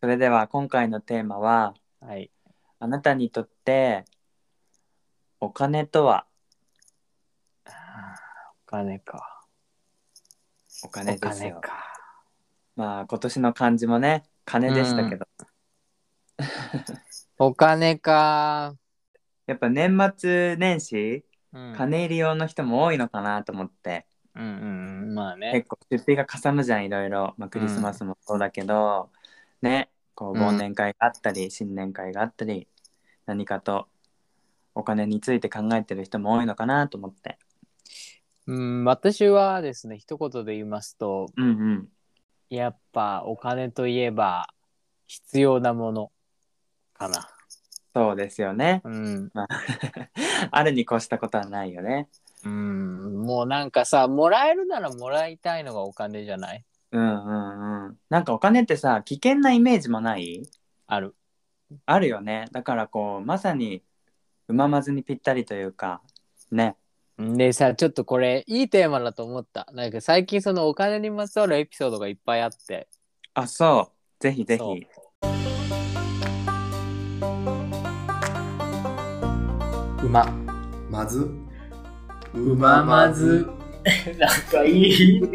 それでは今回のテーマは、はい。あなたにとってお金とはお金か。お金ですよお金。か。まあ今年の漢字もね、金でしたけど、お金か。やっぱ年末年始、うん金入り用の人も多いのかなと思って、うんうんうん。まあね。結構出費がかさむじゃん、いろいろ。まあクリスマスもそうだけど、ね、こううん忘年会があったり、新年会があったり、何かとお金について考えてる人も多いのかなと思って。うん、私はですね、一言で言いますと、うんうん。やっぱお金といえば必要なものかな。そうですよね。うん。まあ、 あるに越したことはないよね。うん。もうなんかさ、もらえるならもらいたいのがお金じゃないうんうんうん。なんかお金ってさ、危険なイメージもないある。あるよね。だからこう、まさに、うままずにぴったりというか、ね。でさ、ちょっとこれいいテーマだと思った。なんか最近そのお金にまつわるエピソードがいっぱいあって。あ、そう。ぜひぜそうひ。うま。まずうままずなんかイントネ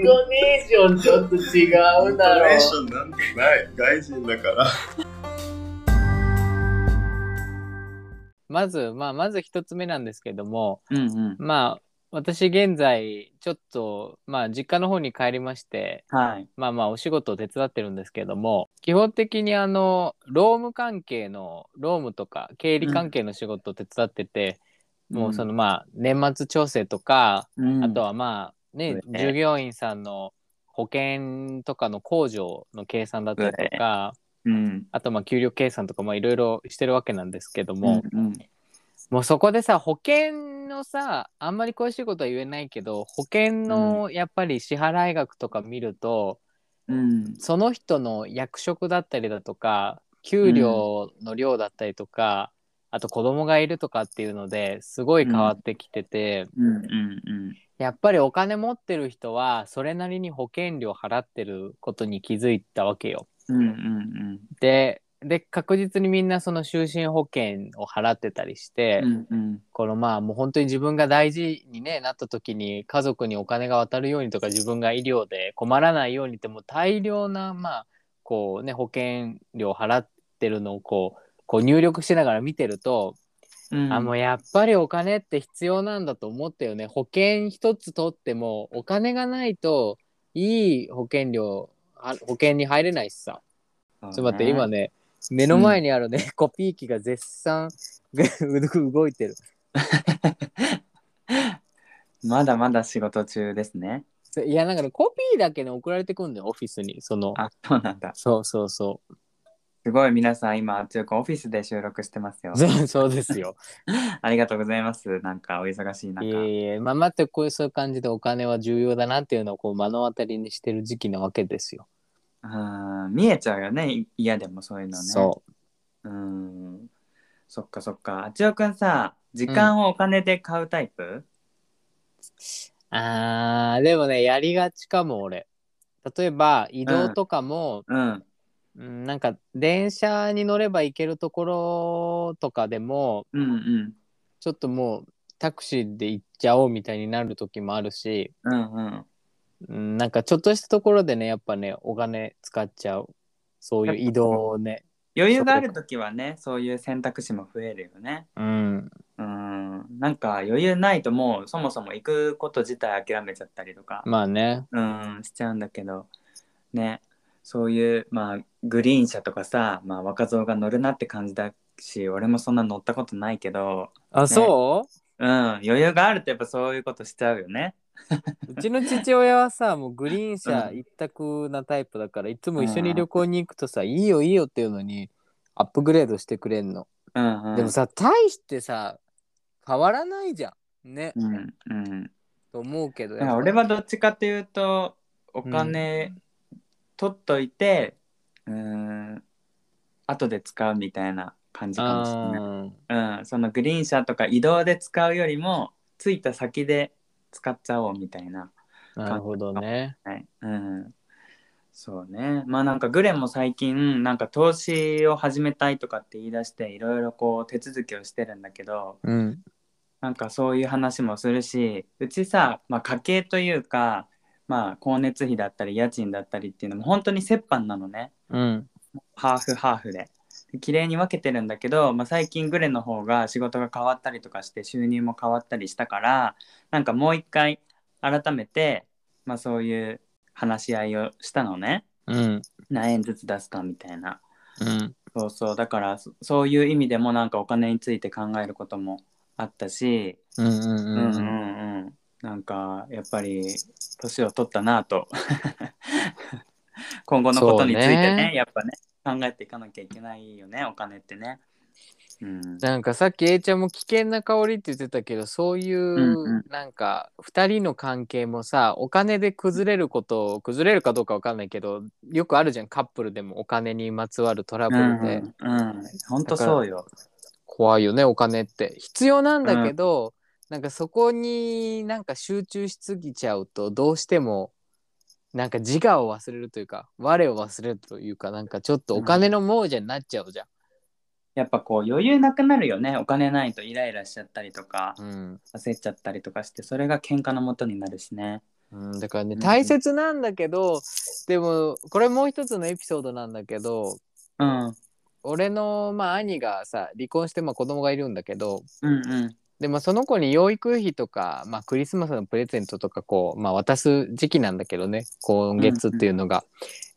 ーションちょっと違イントネーションなんてない外人だからまず、まあ、まず一つ目なんですけども、うんうん。まあ、私現在、ちょっと、まあ、実家の方に帰りまして、はい。まあまあ、お仕事を手伝ってるんですけども、基本的にあの、労務関係の、労務とか経理関係の仕事を手伝ってて、もうそのまあ、年末調整とか、うん、あとはまあね、そうですね従業員さんの保険とかの控除の計算だったりとか、うん、あとまあ給料計算とかまあいろいろしてるわけなんですけども、うんうん、もうそこでさ保険のさあんまり詳しいことは言えないけど保険のやっぱり支払い額とか見ると、うん、その人の役職だったりだとか給料の量だったりとか、あと子供がいるとかっていうのですごい変わってきてて。うん、うん、やっぱりお金持ってる人はそれなりに保険料払ってることに気づいたわけよ。うん、うん、でで確実にみんなその就寝保険を払ってたりして、うん、うん、このまあもう本当に自分が大事に、ね、なった時に家族にお金が渡るようにとか自分が医療で困らないようにってもう大量な、まあこうね、保険料払ってるのをこうこう入力しながら見てると、うん、あもうやっぱりお金って必要なんだと思ったよね保険一つ取ってもお金がないといい保険料あ保険に入れないしさそうねちょっと待って今ね目の前にあるね、 コピー機が絶賛 動いてる まだまだ仕事中ですね。そいやなんかねコピーだけね送られてくんだよオフィスにそのあ、そうなんだ。そうそうそすごい皆さん今、中古オフィスで収録してますよう。 そうそうですよ ありがとうございます。なんかお忙しいい中。えいえまあ待ってこういうそういう感じでお金は重要だなっていうのをこう目の当たりにしてる時期なわけですよ、うん見えちゃうよね。い嫌でもそういうのね。。そうん。そっかそっか。あちおくんさ、時間をお金で買うタイプ、うあーでもねやりがちかも俺例えば移動とかも、うん、うんなんか電車に乗れば行けるところとかでもうんうんちょっともうタクシーで行っちゃおうみたいになる時もあるし、うんうん。うん、なんかちょっとしたところでねやっぱねお金使っちゃうそういう移動をね余裕がある時はね、そういう選択肢も増えるよね。うんうん。なんか余裕ないともうそもそも行くこと自体諦めちゃったりとか、まあねうん、しちゃうんだけど、ね。そういう、まあ、グリーン車とかさ、まあ、若造が乗るなって感じだし、俺もそんな乗ったことないけど、あそうん、余裕があるとやっぱそういうことしちゃうよね。ううちの父親はさもうグリーン車一択なタイプだからいつも一緒に旅行に行くとさ、いいよいいよっていうのにアップグレードしてくれんのうん、うん。でも、さ大してさ変わらないじゃんね、うん、うん。と思うけどだから俺はどっちかというと、お金取っといて、うん、後で使うみたいな感じかもしれもない。うん、そのグリーン車とか移動で使うよりも、着いた先で使っちゃおうみたいな。なるほどねはい。うん。そうねまあなんかグレンも最近なんか投資を始めたいとかって言い出していろいろこう手続きをしてるんだけどうん。なんかそういう話もするしうちさ、まあ、家計というかまあ光熱費だったり家賃だったりっていうのも本当に折半なのねうん。ハーフハーフでで綺麗に分けてるんだけど、まあ、最近グレの方が仕事が変わったりとかして収入も変わったりしたからなんかもう一回改めて、まあ、そういう話し合いをしたのねうん。何円ずつ出すかみたいなうん。そうそうだからそそういう意味でもなんかお金について考えることもあったしうん。うん。うんううんん。うん。うんなんかやっぱり年を取ったなぁと 今後のことについてそうねねやっぱね考えていかなきゃいけないよねお金ってね。うん、なんかさっき A ちゃんも危険な香りって言ってたけどそういう、んうんなんか2人の関係もさお金で崩れること崩れるかどうかわかんないけどよくあるじゃんカップルでもお金にまつわるトラブうルんで、うんうん、本当そうよ。怖いよねお金って必要なんだけど、なんかそこになんか集中しすぎちゃうとどうしてもなんか自我を忘れるというか我を忘れるというかなんかちょっとお金の亡者になっちゃうじゃん。やっぱこう余裕なくなるよねお金ないとイライラしちゃったりとかうん焦っちゃったりとかしてそれが喧嘩のもとになるしね。うん、だからねうん大切なんだけど、でもこれもう一つのエピソードなんだけどうんうん俺の、まあ、兄がさ離婚して、まあ、子供がいるんだけどうんで、まあ、その子に養育費とか、まあ、クリスマスのプレゼントとかこう、まあ、渡す時期なんだけどね今月っていうのが。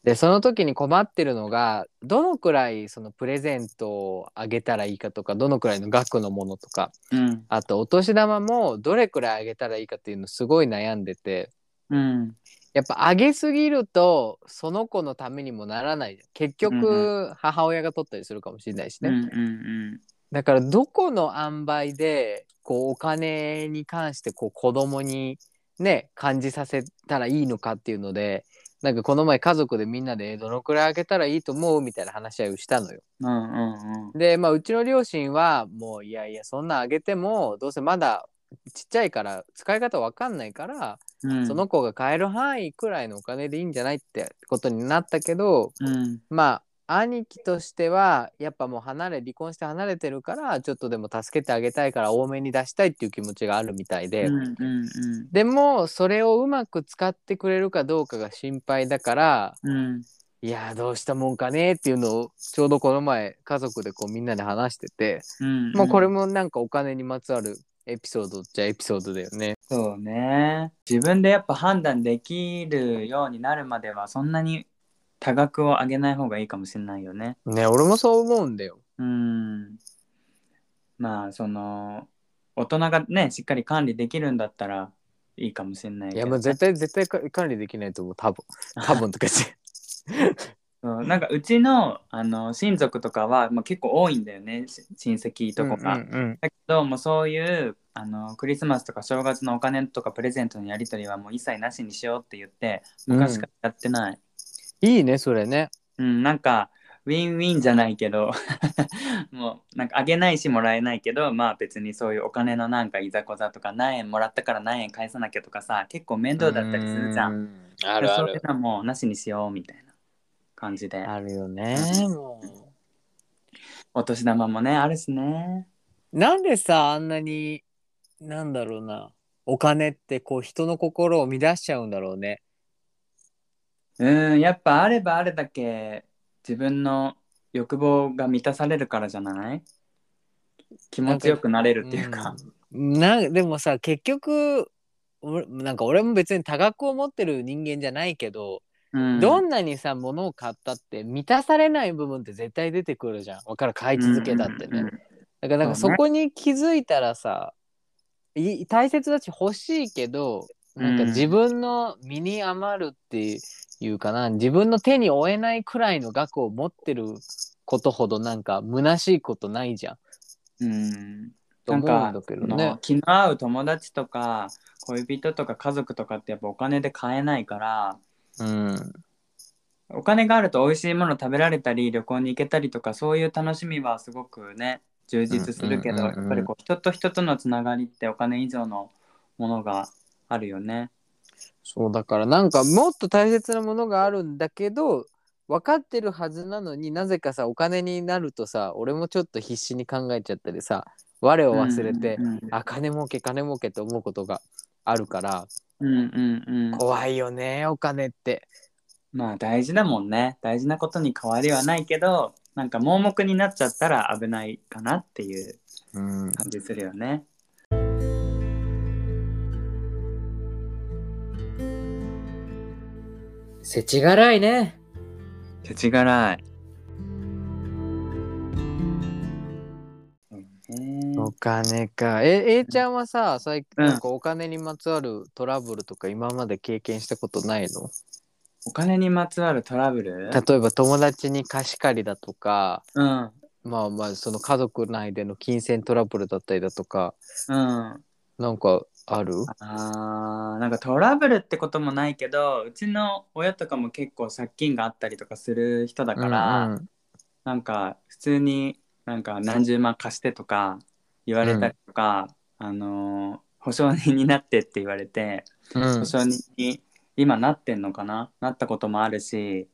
でその時に困ってるのがどのくらいそのプレゼントをあげたらいいかとかどのくらいの額のものとかうんあとお年玉もどれくらいあげたらいいかっていうのすごい悩んでて。うんやっぱ上げすぎるとその子のためにもならないじゃん結うん局母親が取ったりするかもしれないしうんうね、んだからどこの塩梅でこうお金に関してこう子供にね感じさせたらいいのかっていうのでなんかこの前家族でみんなでえどのくらいあげたらいいと思うみたいな話し合いをしたのよ。うんうんでまあうちの両親はもういやいやそんなあげてもどうせまだちっちゃいから使い方わかんないからうんその子が買える範囲くらいのお金でいいんじゃないってことになったけどうんまあ兄貴としてはやっぱもう離れ離婚して離れてるからちょっとでも助けてあげたいから多めに出したいっていう気持ちがあるみたいで、うんうんうんでもそれをうまく使ってくれるかどうかが心配だからうんいやーどうしたもんかねっていうのをちょうどこの前家族でこうみんなで話してて、うんまあこれもなんかお金にまつわるエピソードっちゃエピソードだよね。そうね自分でやっぱ判断できるようになるまではそんなに多額を上げない方がいいかもしれないよねね俺もそう思うんだよ。うんまあその大人がねしっかり管理できるんだったらいいかもしれないいけどやもう絶対絶対か管理できないと思う多分多分とかしてそうなんかうちのあの親族とかは、まあ、結構多いんだよねし親戚 とかが、うんうんだけどもうそういうあのクリスマスとか正月のお金とかプレゼントのやり取りはもう一切なしにしようって言ってうん昔からやってない、うんいいねそれねうんなんかウィンウィンじゃないけど もうなんかあげないしもらえないけどまあ別にそういうお金のなんかいざこざとか何円もらったから何円返さなきゃとかさ結構面倒だったりするじゃんうあるあそういるうのはもうなしにしようみたいな感じであるよねもお年玉もねあるしねうなんでさあんなになんだろうなお金ってこう人の心を乱しちゃうんだろうねうんやっぱあればあるだけ自分の欲望が満たされるからじゃない気持ちよくなれるっていうかうんなでもさ結局俺なんか俺も別に多額を持ってる人間じゃないけど、うんどんなにさ物を買ったって満たされない部分って絶対出てくるじゃんわかる買い続けたってね、うんうんだからなんかそそうねこに気づいたらさ、い大切だし欲しいけどなんかうん自分の身に余るっていうかな、自分の手に負えないくらいの額を持ってることほどなんか虚しいことないじゃん。うんとなん思かうんだけどもうね。気の合う友達とか恋人とか家族とかってやっぱお金で買えないからうん、お金があると美味しいもの食べられたり旅行に行けたりとかそういう楽しみはすごくね充実するけど、うんうんうんうんやっぱりこう人と人とのつながりってお金以上のものがあるよね。そうだからなんかもっと大切なものがあるんだけど分かってるはずなのになぜかさお金になるとさ俺もちょっと必死に考えちゃったりさ我を忘れて、うんうんあ金儲け金儲けと思うことがあるからうんうんうん怖いよねお金って。まあ大事だもんね大事なことに変わりはないけどなんか盲目になっちゃったら危ないかなっていううん、感じするよね世知辛いね。世知辛いそうねお金か。え、A ちゃんはさ、最近うんなんかお金にまつわるトラブルとか今まで経験したことないの、お金にまつわるトラブル例えば友達に貸し借りだとか、うんまあまあその家族内での金銭トラブルだったりだとか、うんなんかあるあーなんかトラブルってこともないけどうちの親とかも結構借金があったりとかする人だから、うんうんなんか普通になんか何十万貸してとか言われたりとか、あのー保証人になってって言われてうん保証人に今なってんのかななったこともあるし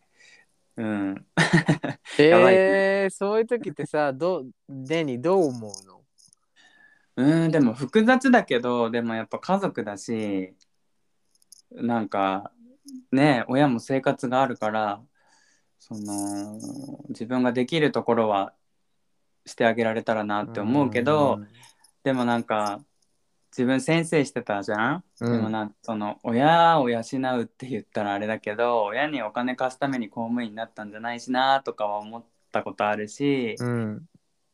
うんやばいえー、そういう時ってさ、どう、デニどう思うのうんでも複雑だけどでもやっぱ家族だしなんかね親も生活があるからその自分ができるところはしてあげられたらなって思うけど、でもなんか自分先生してたじゃん、うんでもなんかその親を養うって言ったらあれだけど親にお金貸すために公務員になったんじゃないしなとかは思ったことあるし、うん、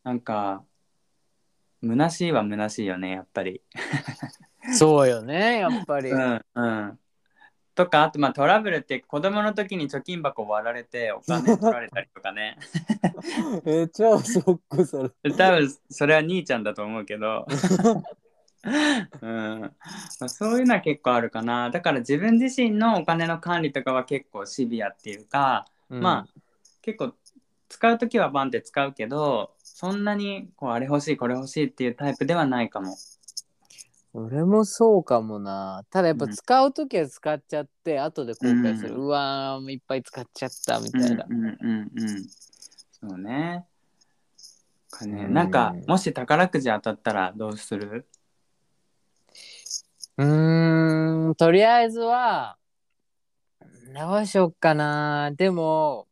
なんか虚しいは虚しいよねやっぱり。そうよね、やっぱり。うんうんとかあとまあトラブルって子供の時に貯金箱割られてお金取られたりとかね え、超ショックそれ。多分それは兄ちゃんだと思うけど、うんまあ、そういうのは結構あるかなだから自分自身のお金の管理とかは結構シビアっていうか、まあ結構使う時はバンって使うけどそんなにこうあれ欲しいこれ欲しいっていうタイプではないかも。俺もそうかもな。ただやっぱうん使うときは使っちゃって、後で後悔する。ううわー、いっぱい使っちゃったみたうんいな。うんうんうんそうね。かねうんなんかもし宝くじ当たったらどうするうーん、とりあえずは、どうしよっかな。でも、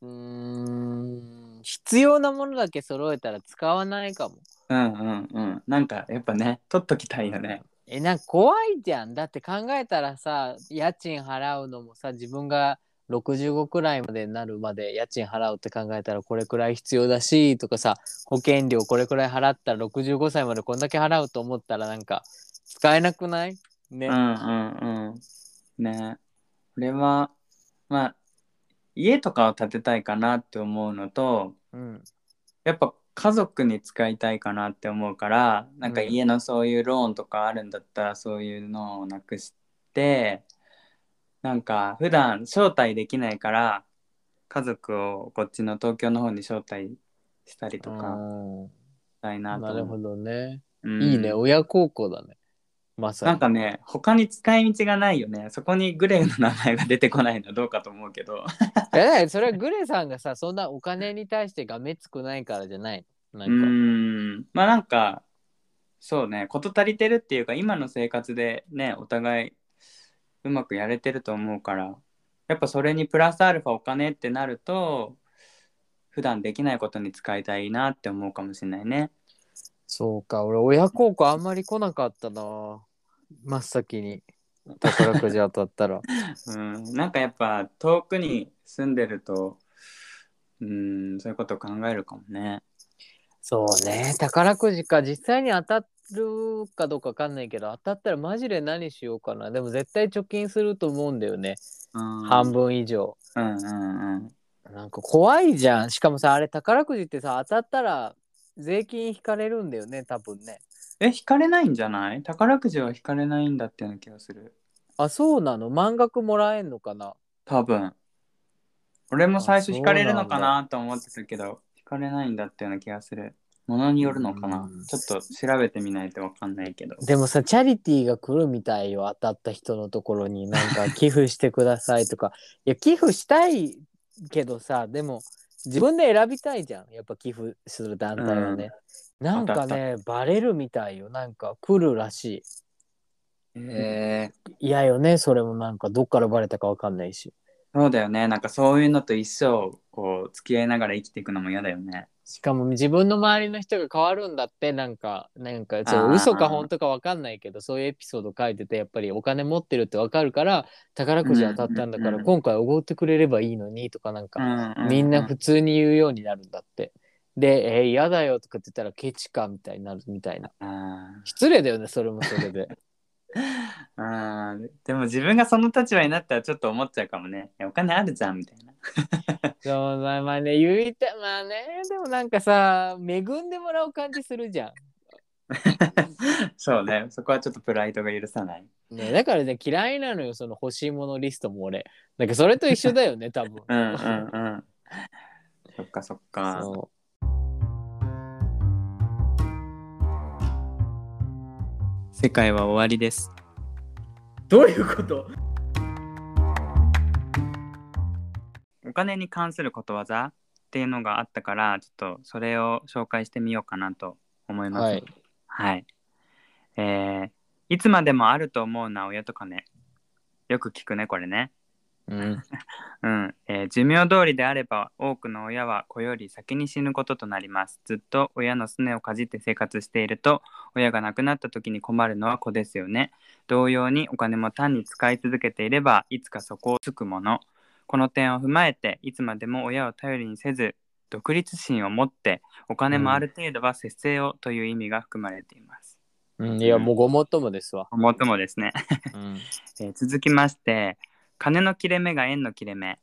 うーん、必要なものだけ揃えたら使わないかも。うんうんうん。なんかやっぱね取っときたいよね。え、なんか怖いじゃん。だって考えたらさ、家賃払うのもさ、自分が65くらいまでになるまで家賃払うって考えたらこれくらい必要だし、とかさ、保険料これくらい払ったら65歳までこんだけ払うと思ったらなんか使えなくないね。うんうんうん。ねこれはまあ家とかを建てたいかなって思うのとうん。やっぱ家族に使いたいかなって思うからなんかうん家のそういうローンとかあるんだったらそういうのをなくしてなんか普段招待できないから家族をこっちの東京の方に招待したりとかしたいなとなるほどね。ど、うんいいね。親孝行だね。まさに。なんかね他に使い道がないよねそこにグレーの名前が出てこないのはどうかと思うけどえ、だからそれはグレさんがさ、そんなお金に対してがめつくないからじゃないのなうーんか。んまあなんかそうね事足りてるっていうか今の生活でねお互いうまくやれてると思うからやっぱそれにプラスアルファお金ってなると普段できないことに使いたいなって思うかもしれないね。そうか、俺、親孝行あんまり来なかったな。真っ先に。宝くじ当たったら。うん、なんかやっぱ遠くに住んでるとうんそういうことを考えるかもね。 そうね、宝くじか。実際に当たるかどうかわかんないけど、当たったらマジで何しようかな。でも絶対貯金すると思うんだよね。うん、半分以上。うんうんうんなんか怖いじゃん。しかもさ、あれ宝くじってさ、当たったら税金引かれるんだよね、多分ね。え引かれないんじゃない宝くじは引かれないんだっていうような気がする。あ、そうなの満額もらえんのかな多分俺も最あ初惹かれるのそかうななと思ってたけど惹かれないんだったような気がするものによるのかなうんちょっと調べてみないとわかんないけどでもさチャリティーが来るみたいよ当たった人のところになん か寄付してくださいとかいや寄付したいけどさでも自分で選びたいじゃんやっぱ寄付する団体はね、なんか当たねバレるみたいよなんか来るらしへえい嫌よねそれもなんかどっからバレたかわかんないしそうだよねなんかそういうのと一生こう付き合いながら生きていくのも嫌だよねしかも自分の周りの人が変わるんだってなんかなんかちょっとあー嘘か本当かわかんないけどそういうエピソード書いててやっぱりお金持ってるってわかるから宝くじ当たったんだかうんうんらうん今回おごってくれればいいのにとかなんかうみんなう普通に言うようになるんだって。で、えー嫌だよとかって言ったらケチかみたいになるみたいな。あー失礼だよね、それもそ れで。あーでも自分がその立場になったらちょっと思っちゃうかもねいやお金あるじゃんみたいな でもまあまあね、言いたまあね、でもなんかさ、恵んでもらう感じするじゃそうねそこはちょっとプライドが許さ ないん。ね、だからね、嫌いなのよ、その欲しいものリストも俺。なんかそれと一緒だよ ね、多分。うんうんうんそっかそっかそう世界は終わりですどういうことお金に関することわざっていうのがあったからちょっとそれを紹介してみようかなと思いますはい。はいえーいつまでもあると思うな親と金よく聞くねこれねうん。うん、えー寿命通りであれば多くの親は子より先に死ぬこととなりますずっと親のすねをかじって生活していると親が亡くなった時に困るのは子ですよね同様にお金も単に使い続けていればいつかそこをつくものこの点を踏まえていつまでも親を頼りにせず独立心を持ってお金もある程度は節制をという意味が含まれています、うん、いや、もうごもっともですわ。もっともですねうん。えー続きまして金の切れ目が円の切れ目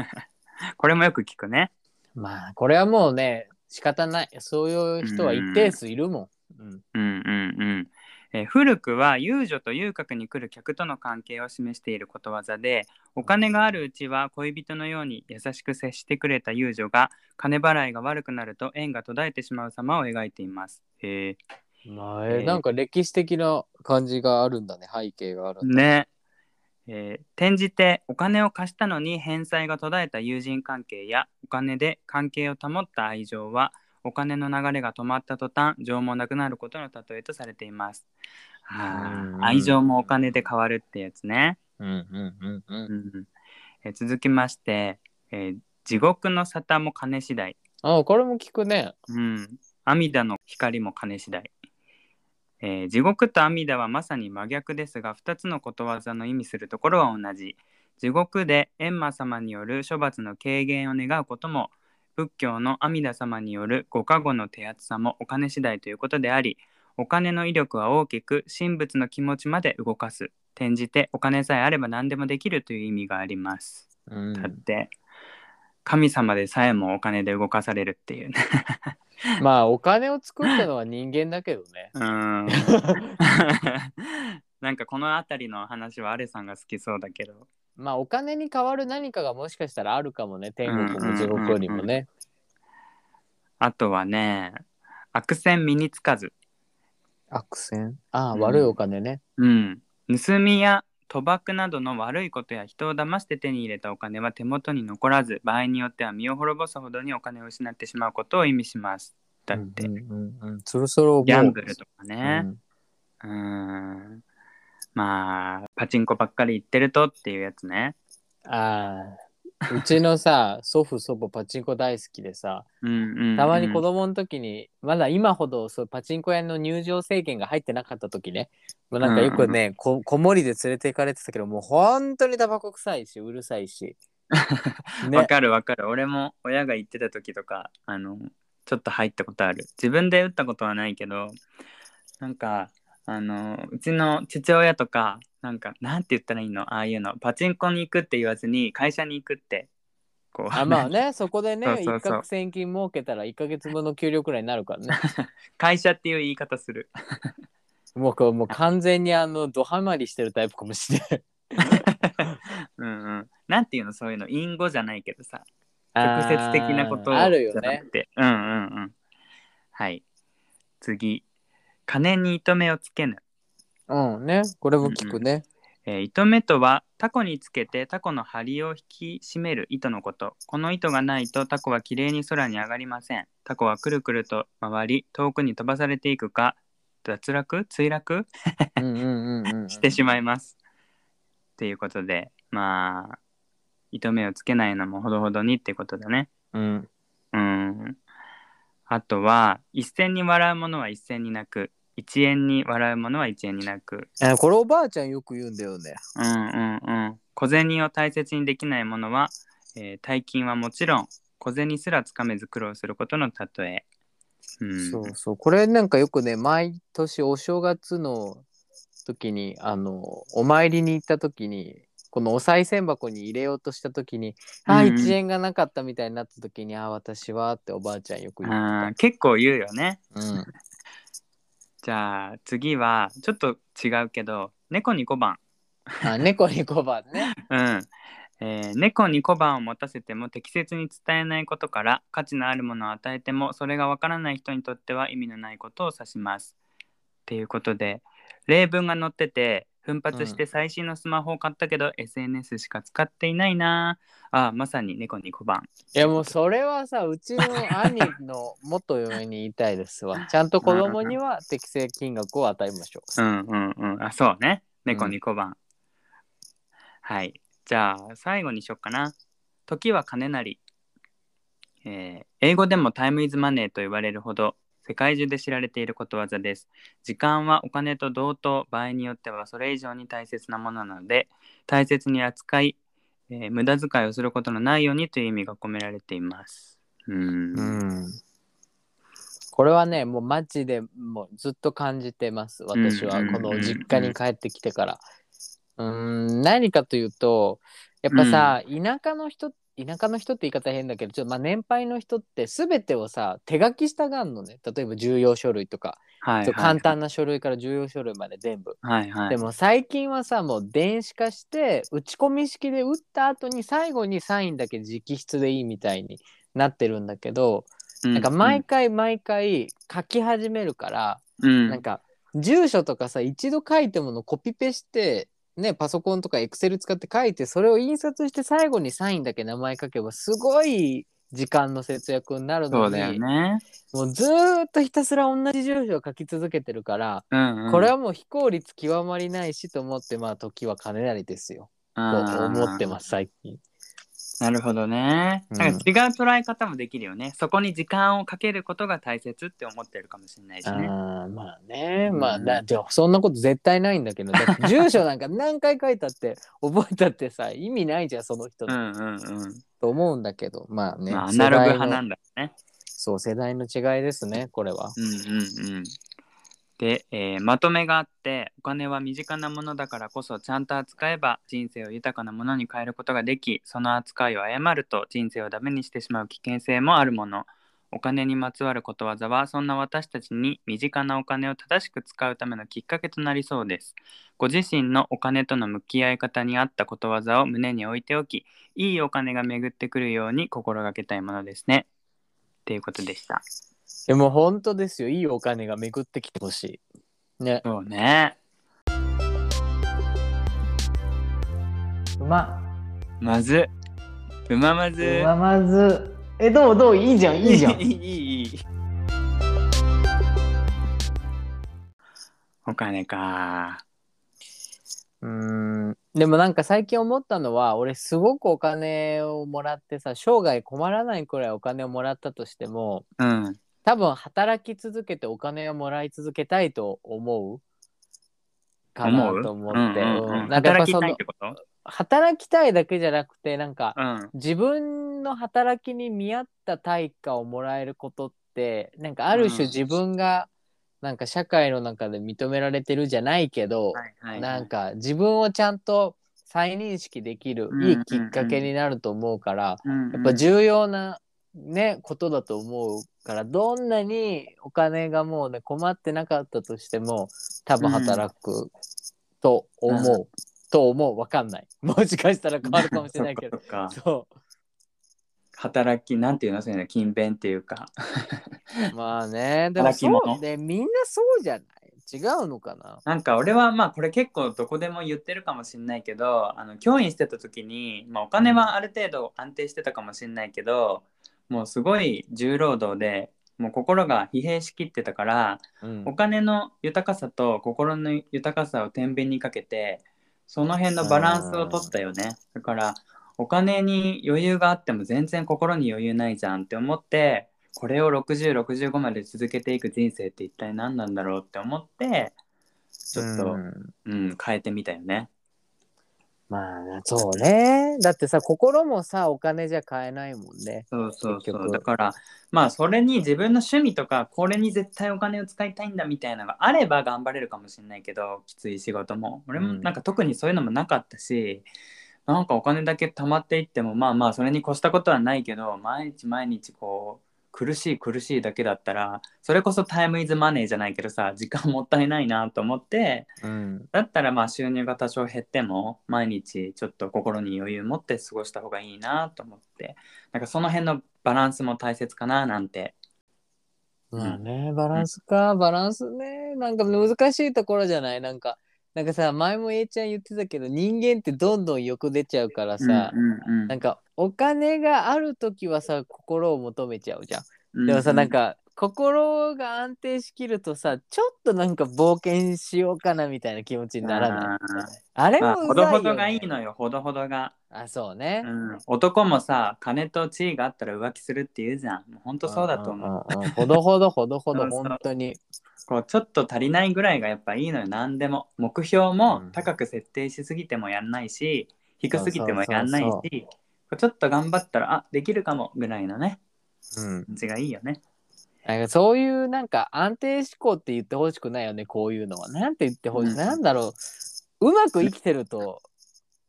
これもよく聞くねまあ、これはもうね、仕方ない。そういう人は一定数いるもん。うん。うんうんうんえー古くは遊女と遊郭に来る客との関係を示していることわざでお金があるうちは恋人のように優しく接してくれた遊女が金払いが悪くなると縁が途絶えてしまう様を描いています。へえまあ、えーえーなんか歴史的な感じがあるんだね背景があるんだねえー転じてお金を貸したのに返済が途絶えた友人関係やお金で関係を保った愛情はお金の流れが止まった途端情もなくなることの例えとされています。あうーん愛情もお金で変わるってやつね。うんうんうんうんうんえー続きまして、えー地獄の沙汰も金次第」あこれも聞くねうん「阿弥陀の光も金次第」えー地獄と阿弥陀はまさに真逆ですが2つのことわざの意味するところは同じ地獄で閻魔様による処罰の軽減を願うことも仏教の阿弥陀様によるご加護の手厚さもお金次第ということでありお金の威力は大きく神仏の気持ちまで動かす転じてお金さえあれば何でもできるという意味があります、うんだって神様でさえもお金で動かされるっていうねまあお金を作ったのは人間だけどねうーん なんかこの辺りの話はアレさんが好きそうだけどまあお金に代わる何かがもしかしたらあるかもね天国も地獄よりもねあとはね悪戦身につかず、悪戦ああうん悪いお金ねうん、盗みや賭博などの悪いことや人を騙して手に入れたお金は手元に残らず場合によっては身を滅ぼすほどにお金を失ってしまうことを意味しますだって、うんうんうんそろそろもうギャンブルとかうねんうんんまあパチンコばっかり行ってるとっていうやつねああうちのさ 祖父祖母パチンコ大好きでさうんうんうんたまに 子供の時に、まだ今ほどそうパチンコ屋の入場制限が入ってなかった時ね、もうなんかよくね、こ子守で連れて行かれてたけど、もう本当にタバコ臭いし、うるさいし。わね、かるわかる。俺も親が言ってた時とか、あの、ちょっと入ったことある。自分で打ったことはないけど、なんか、あの、うちの父親とか、なんか、なんて言ったらいいのああいうの。パチンコに行くって言わずに、会社に行くって、こう、あまあね、そこでねそう、そうそう一攫千金儲けたら1ヶ月分の給料くらいになるからね。 会社っていう言い方する。 もうこうもう完全にあの、ドハマりしてるタイプかもしれない。うんうん。なんていうのそういうの。隠語じゃないけどさ、あ直接ー的なことあるよじゃなねく。て。うんうんうん。はい。次。金に糸目をつけぬ。うんね。これも聞くね。えー糸目とはタコにつけてタコの針を引き締める糸のことこの糸がないとタコはきれいに空に上がりませんタコはくるくると回り遠くに飛ばされていくか脱落墜落うんうんうんうんうん。してしまいますっていうことでまあ糸目をつけないのもほどほどにってことだねうん。うんあとは一銭に笑うものは一銭に泣く一円に笑うものは一円に泣くえこれおばあちゃんよく言うんだよね。うんうんうん。小銭を大切にできないものは、えー大金はもちろん、小銭すらつかめず苦労することの例え。うん、そうそう。これなんかよくね、毎年お正月の時に、あの、お参りに行った時に、このお賽銭箱に入れようとした時に、あうー、んうん1円がなかったみたいになった時に、あー、私はっておばあちゃんよく言あっー結構言うよね。てた。うん。じゃあ次は、ちょっと違うけど、猫に小判。あ、猫に小判ね。うん。えー猫に小判を持たせても適切に伝えないことから価値のあるものを与えてもそれがわからない人にとっては意味のないことを指します。っていうことで例文が載ってて奮発して最新のスマホを買ったけど、SNS しか使っていないなああまさに猫に小判。いやもうそれはさ、うちの兄の元嫁に言いたいです わ。ちゃんと子供には適正金額を与えましょう。うんうんうん。あそうね猫に小判。はいじゃあ最後にしよっかな。時は金なり。えー英語でもタイムイズマネーと言われるほど世界中で知られていることわざです。時間はお金と同等、場合によってはそれ以上に大切なものなので、大切に扱い、えー無駄遣いをすることのないようにという意味が込められています。うーんうんこれはねもうマジでもうずっと感じてます私はうんうんこうんの実家に帰ってきてから。うん何かというとやっぱさ、田舎の人田舎の人って言い方変だけどちょっとまあ年配の人って全てをさ手書きしたがんのね例えば重要書類とか、はい、はい。そう簡。単な書類から重要書類まで全部。はいはいで。も最近はさもう電子化して打ち込み式で打った後に最後にサインだけ直筆でいいみたいになってるんだけど、ななんか毎、回毎回書き始めるから、うん、なんか住所とかさ一度書いたものをコピペして、ね、パソコンとかエクセル使って書いてそれを印刷して最後にサインだけ名前書けばすごい時間の節約になるそのうに、だよね。もうずーっとひたすら同じ住所を書き続けてるから、うん、うん。これはもう非効率極まりないしと思ってまあ時は金なりですよと思ってまます最近。す。なるほどね。うんなんか違う捉え方もできるよね。そこに時間をかけることが大切って思ってるかもしれないしね。あーまあねうんまあだじゃあそんなこと絶対ないんだけどだ って住所なんか何回書いたって覚えたってさ意味ないじゃんその人うの、んうんうと思うんだけどまあん。ね、まあ、アナログ派世代なのんだね。そう世代の違いですねこれは。うんうんうん。で、えーまとめがあってお金は身近なものだからこそちゃんと扱えば人生を豊かなものに変えることができその扱いを誤ると人生をダメにしてしまう危険性もあるものお金にまつわることわざはそんな私たちに身近なお金を正しく使うためのきっかけとなりそうですご自身のお金との向き合い方に合ったことわざを胸に置いておきいいお金が巡ってくるように心がけたいものですねっていうことでしたでも本当ですよいいお金が巡ってきてほしい。ね。そうねうままずうままずまずえどうどういいじゃんいいじゃ ん。いいいいいいお金かうーんでもなんか最近思ったのは俺すごくお金をもらってさ生涯困らないくらいお金をもらったとしても、うん多分働き続けてお金をもらい続けたいと思うかな思うと思ってうんうんうんうんなんかや働っぱきそたいのってこと働きたいだけじゃなくてなんかうん自分の働きに見合った対価をもらえることってなんかあるう種ん自分がなんか社会の中で認められてるじゃないけど、はいはいはいなんか自分をちゃんと再認識できるうんいいきっかけになると思うから、うんうんやっぱ重要なね、ことだと思うからどんなにお金がもうね困ってなかったとしても多分働くと思う、と思うわかんないもしかしたら変わるかもしれないけどそっかそっかそう働きなんていうのそういうの勤勉っていうかまあね、でも働き者そうね、みんなそうじゃない違うのかななんか俺はまあこれ結構どこでも言ってるかもしんないけどあの教員してた時に、まあ、お金はある程度安定してたかもしんないけどもうすごい重労働でもう心が疲弊しきってたからうんお金の豊かさと心の豊かさを天秤にかけてその辺のバランスを取ったよねだからお金に余裕があっても全然心に余裕ないじゃんって思ってこれを6065まで続けていく人生って一体何なんだろうって思ってちょっと、うんん変えてみたよねまあそうねだってさ心もさお金じゃ買えないもんねそうそう結そう局だからまあそれに自分の趣味とかこれに絶対お金を使いたいんだみたいなのがあれば頑張れるかもしれないけどきつい仕事も俺もうんなんか特にそういうのもなかったし、なんかお金だけ貯まっていってもまあまあそれに越したことはないけど毎日毎日こう苦しい苦しいだけだったらそれこそタイムイズマネーじゃないけどさ時間もったいないなと思ってうんだったらまあ収入が多少減っても毎日ちょっと心に余裕持って過ごした方がいいなと思ってなんかその辺のバランスも大切かななんてまあねバランスかバランスねなんか難しいところじゃないなんかなんかさ前も A ちゃん言ってたけど人間ってどんどん欲出ちゃうからさ、うんうんうんなんかお金がある時はさ心を求めちゃうじゃんでもさ、なんか心が安定しきるとさちょっとなんか冒険しようかなみたいな気持ちにならないあれまあもほうどざほいよ、どがいねい、のよほどほどが、あそうねう、ん、男もさ金と地位があったら浮気するって言うじゃんもうほんとそうだと思う,、んんんほどほどほどほそどうそう本当にこうちょっと足りないぐらいがやっぱいいのよ何でも目標もうん高く設定しすぎてもやんないし低すぎてもやんないしそうそうこうちょっと頑張ったらあできるかもぐらいのねうん感じがいいよねなんかそういうなんか安定思考って言ってほしくないよねこういうのはなんて言ってほしい、うんなんだろううまく生きてると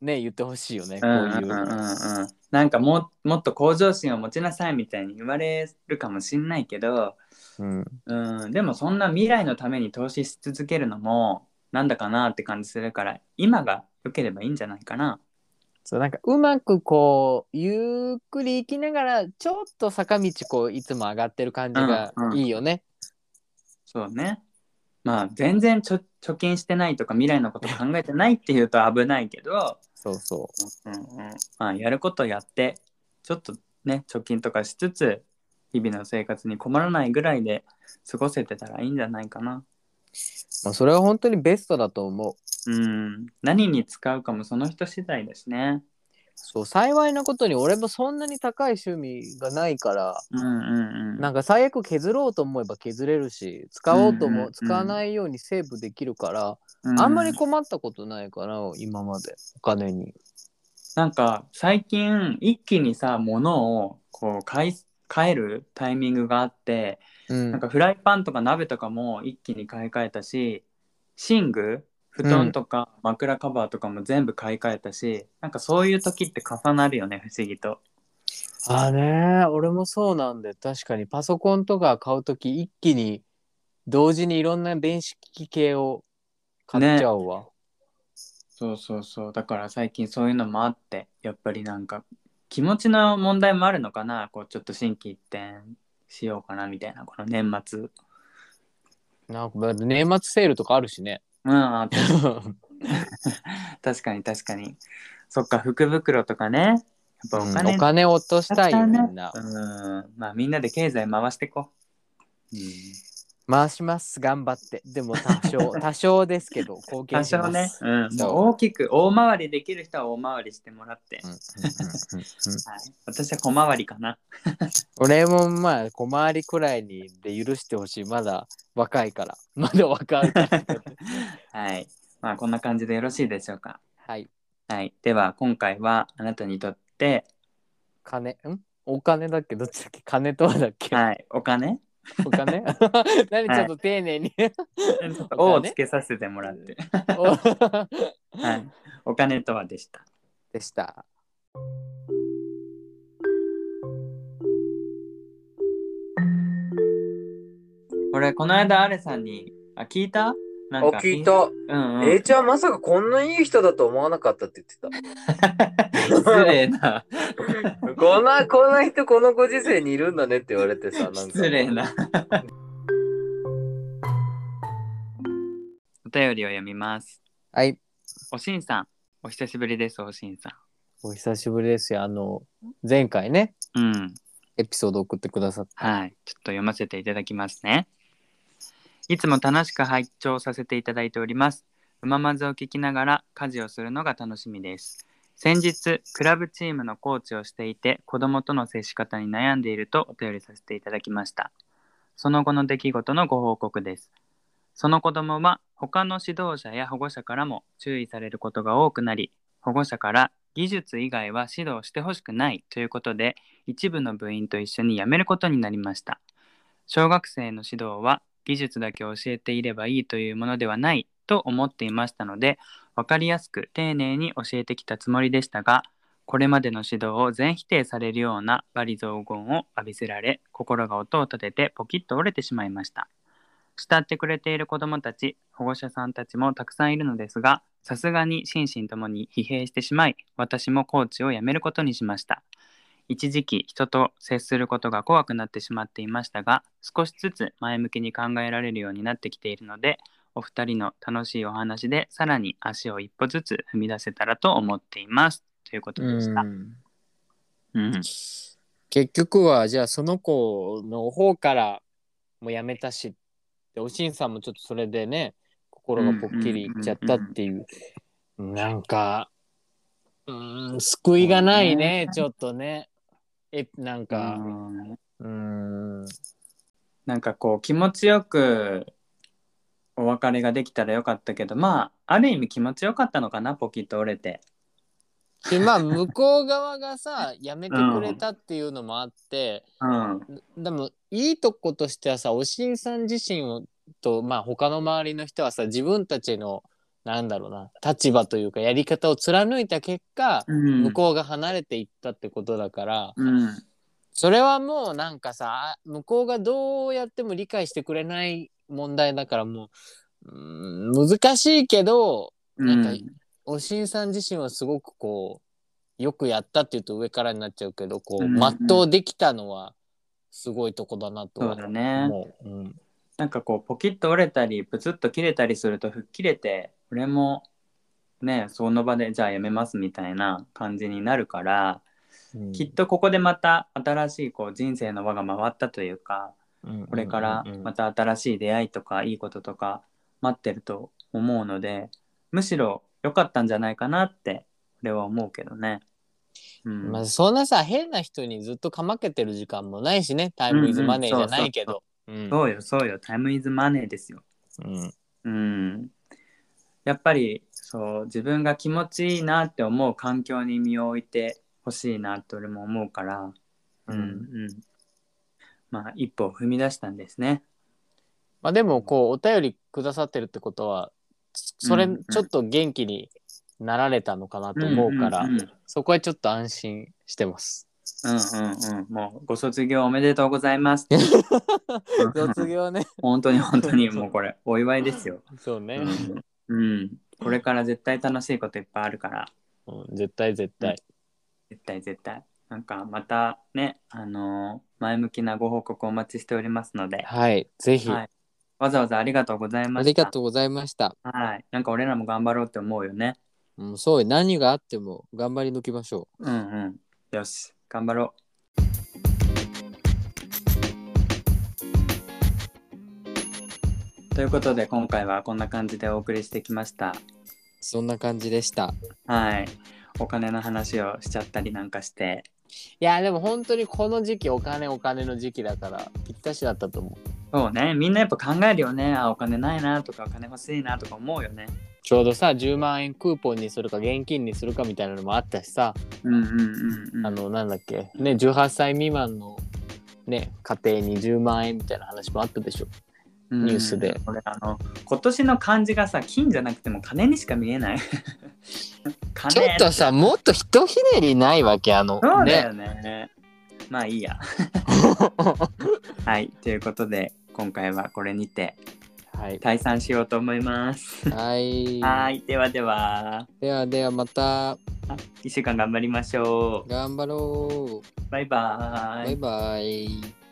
ね言ってほしいよねこううんうんういんううのんうんなんかももっと向上心を持ちなさいみたいに言われるかもしんないけど、うんうん、でもそんな未来のために投資し続けるのもなんだかなって感じするから今が良ければいいんじゃないかな。そうなんかうまくこうゆっくり生きながらちょっと坂道こういつも上がってる感じがうんうんいいよね。そうね。まあ全然ちょ貯金してないとか未来のこと考えてないっていうと危ないけど、そうそうんうん、まあやることやってちょっとね貯金とかしつつ日々の生活に困らないぐらいで過ごせてたらいいんじゃないかな。う。まあ、それは本当にベストだと思う。うん、何に使うかもその人次第ですね。そう幸いなことに俺もそんなに高い趣味がないから、うんうんうん。なんか最悪削ろうと思えば削れるし使おううとも、んうんうん使わないようにセーブできるから、うあんまり困ったことないから今までお金に。なんか最近一気にさ物をこう買い買えるタイミングがあって、うんなんかフライパンとか鍋とかも一気に買い替えたし、寝具布団とか枕カバーとかも全部買い替えたし、なんかそういう時って重なるよね不思議と。あーねー俺もそうなんで確かにパソコンとか買うとき一気に同時にいろんな電子機器系を買っちゃうわ、そうそうそうだから最近そういうのもあってやっぱりなんか気持ちの問題もあるのかなこうちょっと心機一転しようかなみたいなこの年末なんかまあ年末セールとかあるしねうんあ確かに確かにそっか福袋とかねやっぱ お金お金落としたいよみねんなうんまあみんなで経済回してこう、うん、回します頑張ってでも 多少多少ですけど貢多献し少まね、すうん、そうもう大きく大回りできる人は大回りしてもらって、うんうんうんうんうんはい、私は小回りかな 俺もまあ小回りくらいにで許してほしいまだ若いから まだ若 いからはいまあこんな感じでよろしいでしょうかはいはい、では今回はあなたにとって、金んお金だっけどっちだっけ金とはだっ けはい、お金お金 何ちょっと丁寧にちょっと「お」をつけさせてもらって、 おはい、お金とはでした。でした。俺この間アレさんに「あ聞いたなあ、んか聞いた。うんうんえーちゃんまさかこんないい人だと思わなかったって言って 失礼なた。こんな、 こんな人このご時世にいるんだねって言われてさ、なんか。失礼。な お便りを読みますはい。おしんさんお久しぶりですおしんさお久しぶりですよ。あの、前回ね、んうんエピソード送ってくださった。はい、ちょっと読ませていただきますね。いつも楽しく拝聴させていただいております。うままずを聞きながら家事をするのが楽しみです。先日、クラブチームのコーチをしていて、子供との接し方に悩んでいるとお便りさせていただきました。その後の出来事のご報告です。その子供は他の指導者や保護者からも注意されることが多くなり、保護者から技術以外は指導してほしくないということで、一部の部員と一緒に辞めることになりました小学生の指導は技術だけ教えていればいいというものではないと思っていましたので分かりやすく丁寧に教えてきたつもりでしたがこれまでの指導を全否定されるような罵詈雑言を浴びせられ心が音を立ててポキッと折れてしまいました慕ってくれている子どもたち保護者さんたちもたくさんいるのですがさすがに心身ともに疲弊してしまい私もコーチを辞めることにしました一時期人と接することが怖くなってしまっていましたが少しずつ前向きに考えられるようになってきているのでお二人の楽しいお話でさらに足を一歩ずつ踏み出せたらと思っていますということでした。うんうん結局は、じゃあその子の方からもう辞めたし、でおしんさんもちょっとそれでね、心がぽっきりいっちゃったっていう、なんか、うん、救いがないね、ちょっとね。え、なんか、うんうん、なんかこう気持ちよくお別れができたらよかったけどまあある意味気持ちよかったのかなポキッと折れて。でまあ向こう側がさやめてくれたっていうのもあって、うんでもいいとことしてはさおしんさん自身をとまあ他の周りの人はさ自分たちのなんだろうな立場というかやり方を貫いた結果、うん向こうが離れていったってことだからうんそれはもうなんかさ向こうがどうやっても理解してくれない問題だからもううん難しいけどなんかおしんさん自身はすごくこうよくやったって言うと上からになっちゃうけどこう、うんうん全うできたのはすごいとこだなとそうはだね。思う。うんなんかこうポキッと折れたりブツッと切れたりすると吹っ切れて俺もねその場でじゃあやめますみたいな感じになるから、うんきっとここでまた新しいこう人生の輪が回ったというかこれからうんうんうんまた新しい出会いとかいいこととか待ってると思うのでむしろ良かったんじゃないかなって俺は思うけどね。うんまあ、そんなさ変な人にずっとかまけてる時間もないしねタイムイズマネーじゃないけど。うんそうよそうよタイムイズマネーですよ。うんうん、やっぱりそう自分が気持ちいいなって思う環境に身を置いてほしいなって俺も思うから、うんうん、まあ一歩を踏み出したんですね。まあ、でもこうお便りくださってるってことはそれうんうんちょっと元気になられたのかなと思うから、うんうんうんそこはちょっと安心してます。うんうんうんもうご卒業おめでとうございます。 卒業ね本当に本当にもうこれお祝いですよ。 そうね、うん、うん、これから絶対楽しいこといっぱいあるから。うん、絶対絶対。絶対絶対なんかまたねあのー前向きなご報告お待ちしておりますので、はい、ぜひ、はい、わざわざありがとうございまあしたりがとうございました。はいなんか俺らも頑張ろうって思うよねうん、そうよ何があっても頑張り抜きましょうんうんよし頑張ろうということで今回はこんな感じでお送りしてきましたう。そんな感じでした。はいお金の話をしちゃったりなんかしていや、でも本当にこの時期お金お金の時期だからぴったしだったと思う。そうねみんなやっぱ考えるよねあお金ないなとかお金欲しいなとか思うよねちょうどさ、10万円クーポンにするか現金にするかみたいなのもあったしさ、うんうんうんうんあの、なんだっけ、ね、18歳未満のね、家庭に10万円みたいな話もあったでしょ。うんニュースで俺あの今年の漢字がさ金じゃなくても金にしか見え ない金ちょっとさ、もっとひとひねりないわけ、あの、そうだね。よねまあいいやはいということで今回はこれにて はい。退散しようと思います。はい。はい、ではでは、ではではまた1週間頑張りましょ頑張ろう。う。バイバーイ。バイバイ。